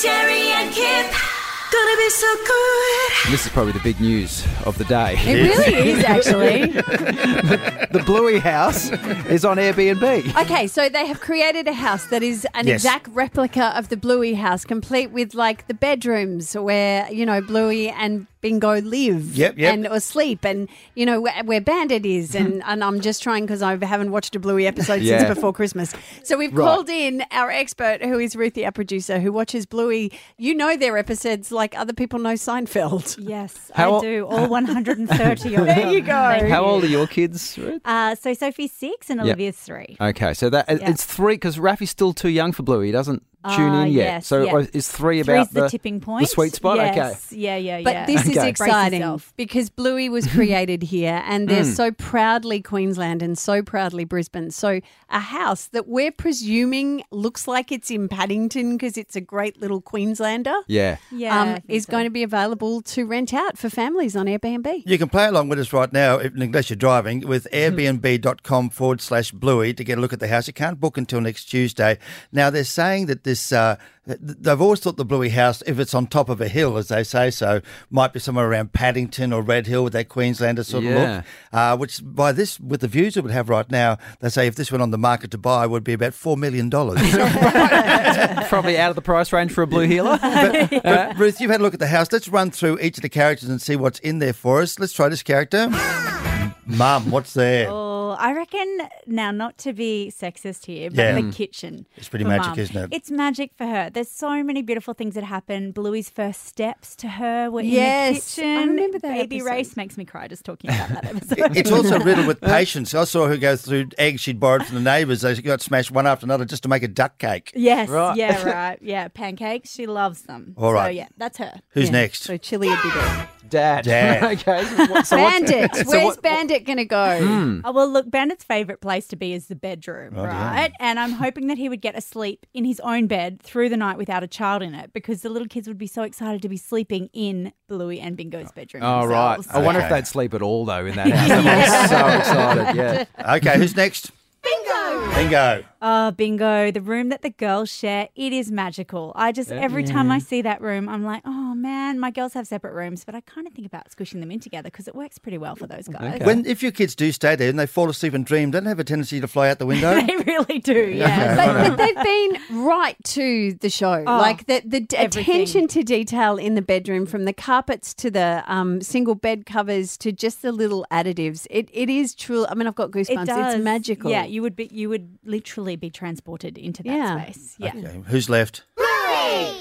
Jerry and Kip. Gonna be so good. This is probably the big news of the day. It really is, actually. The Bluey house is on Airbnb. Okay, so they have created a house that is an Yes. exact replica of the Bluey house, complete with like the bedrooms where, you know, Bluey and Bingo live Yep, yep. and or sleep and, you know, where, where Bandit is. And, and I'm just trying because I haven't watched a Bluey episode Yeah. since before Christmas. So we've Right. called in our expert, who is Ruthie, our producer, who watches Bluey. You know their episodes like other people know Seinfeld. Yes, How I ol- do. All 130 of them. There you go. Thank How you. old are your kids? Ruth? Uh, so Sophie's six and Olivia's three. Okay, so that it- Yeah. it's three because Rafi's still too young for Bluey. He doesn't tune Ah, in yet. yes, so yeah. uh, is three about Three's the, tipping point. the sweet spot. Yes. Yeah, yeah, yeah. But this is Okay. exciting yourself. because Bluey was created here and Mm. they're so proudly Queensland and so proudly Brisbane. So, a house that we're presuming looks like it's in Paddington because it's a great little Queenslander Okay, yeah. Yeah, I um, think is so. going to be available to rent out for families on Airbnb. You can play along with us right now, if, unless you're driving, with airbnb.com forward slash bluey to get a look at the house. You can't book until next Tuesday. Now, they're saying that this, uh, th- they've always thought the bluey house, if it's on top of a hill, as they say so, might be somewhere around Paddington or Red Hill with that Queenslander sort of Yeah. look. Uh, which, by this, with the views it would have right now, they say if this went on the market to buy, it would be about $4 million. Probably out of the price range for a blue healer. but, but Ruth, you've had a look at the house. Let's run through each of the characters and see what's in there for us. Let's try this character. Mum, what's there? Oh, I reckon now, not to be sexist here, but Yeah. Mm. the kitchen. It's pretty for magic, Mum. isn't it? It's magic for her. There's so many beautiful things that happen. Bluey's first steps to her were Yes, I in the kitchen. remember that Baby episode. race makes me cry just talking about that episode. It- It's also riddled with patience. I saw her go through eggs she'd borrowed from the neighbours. They got smashed one after another just to make a duck cake. Yes, Right. yeah, right. Yeah, pancakes. She loves them. All So, right. yeah, that's her. Who's Yeah. next? So, Chile would be there. Dad. Dad. okay. so what- so what's- Bandit. so Where's what- Hmm. Bandit going to go? Hmm. Oh, well, look, Bandit's favourite place to be is the bedroom, Oh, dear. right? And I'm hoping that he would get asleep in his own bed through the night without a child in it because the little kids would be so excited to be sleeping in Bluey and Bingo's bedroom. Oh, right. themselves. I wonder if Okay. they'd sleep at all, though, in that house. I'm so excited. Yeah. Okay, who's next? Bingo. Bingo. Oh, Bingo, the room that the girls share, it is magical. I just, every time I see that room, I'm like, oh, man, my girls have separate rooms, but I kind of think about squishing them in together because it works pretty well for those guys. Okay. When if your kids do stay there and they fall asleep and dream, don't they have a tendency to fly out the window. They really do, yeah. but, but they've been right to the show. Oh, like the, the d- everything. attention to detail in the bedroom, from the carpets to the um, single bed covers to just the little additives. It it is truly. I mean, I've got goosebumps. It's magical. Yeah, you would be you would literally be transported into that Yeah. space. Yeah. Okay, who's left?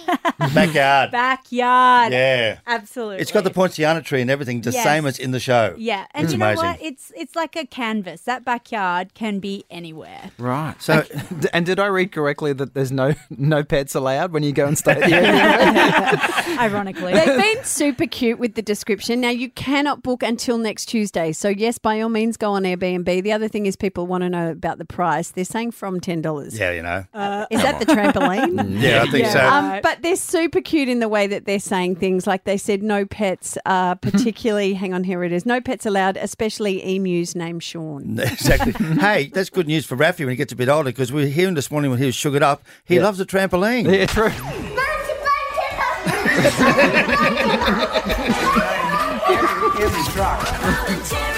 Backyard. Backyard. Yeah. Absolutely. It's got the poinciana tree and everything, the Yes. same as in the show. Yeah, and it's you know amazing. what? It's it's like a canvas. That backyard can be anywhere. Right. So- So, and did I read correctly that there's no no pets allowed when you go and stay at the Airbnb? Ironically. They've been super cute with the description. Now you cannot book until next Tuesday. So yes, by all means, go on Airbnb. The other thing is, people want to know about the price. They're saying from ten dollars. yeah, you know. Is that the trampoline? yeah, I think Yeah. so. Um, Right. but they're super cute in the way that they're saying things. Like they said, no pets are particularly, hang on, here it is, no pets allowed, especially emus named Sean. exactly. hey, that's good news for Rafi when he gets a bit older because we were hearing this morning when he was sugared up, he loves a trampoline. yeah, true. Jerry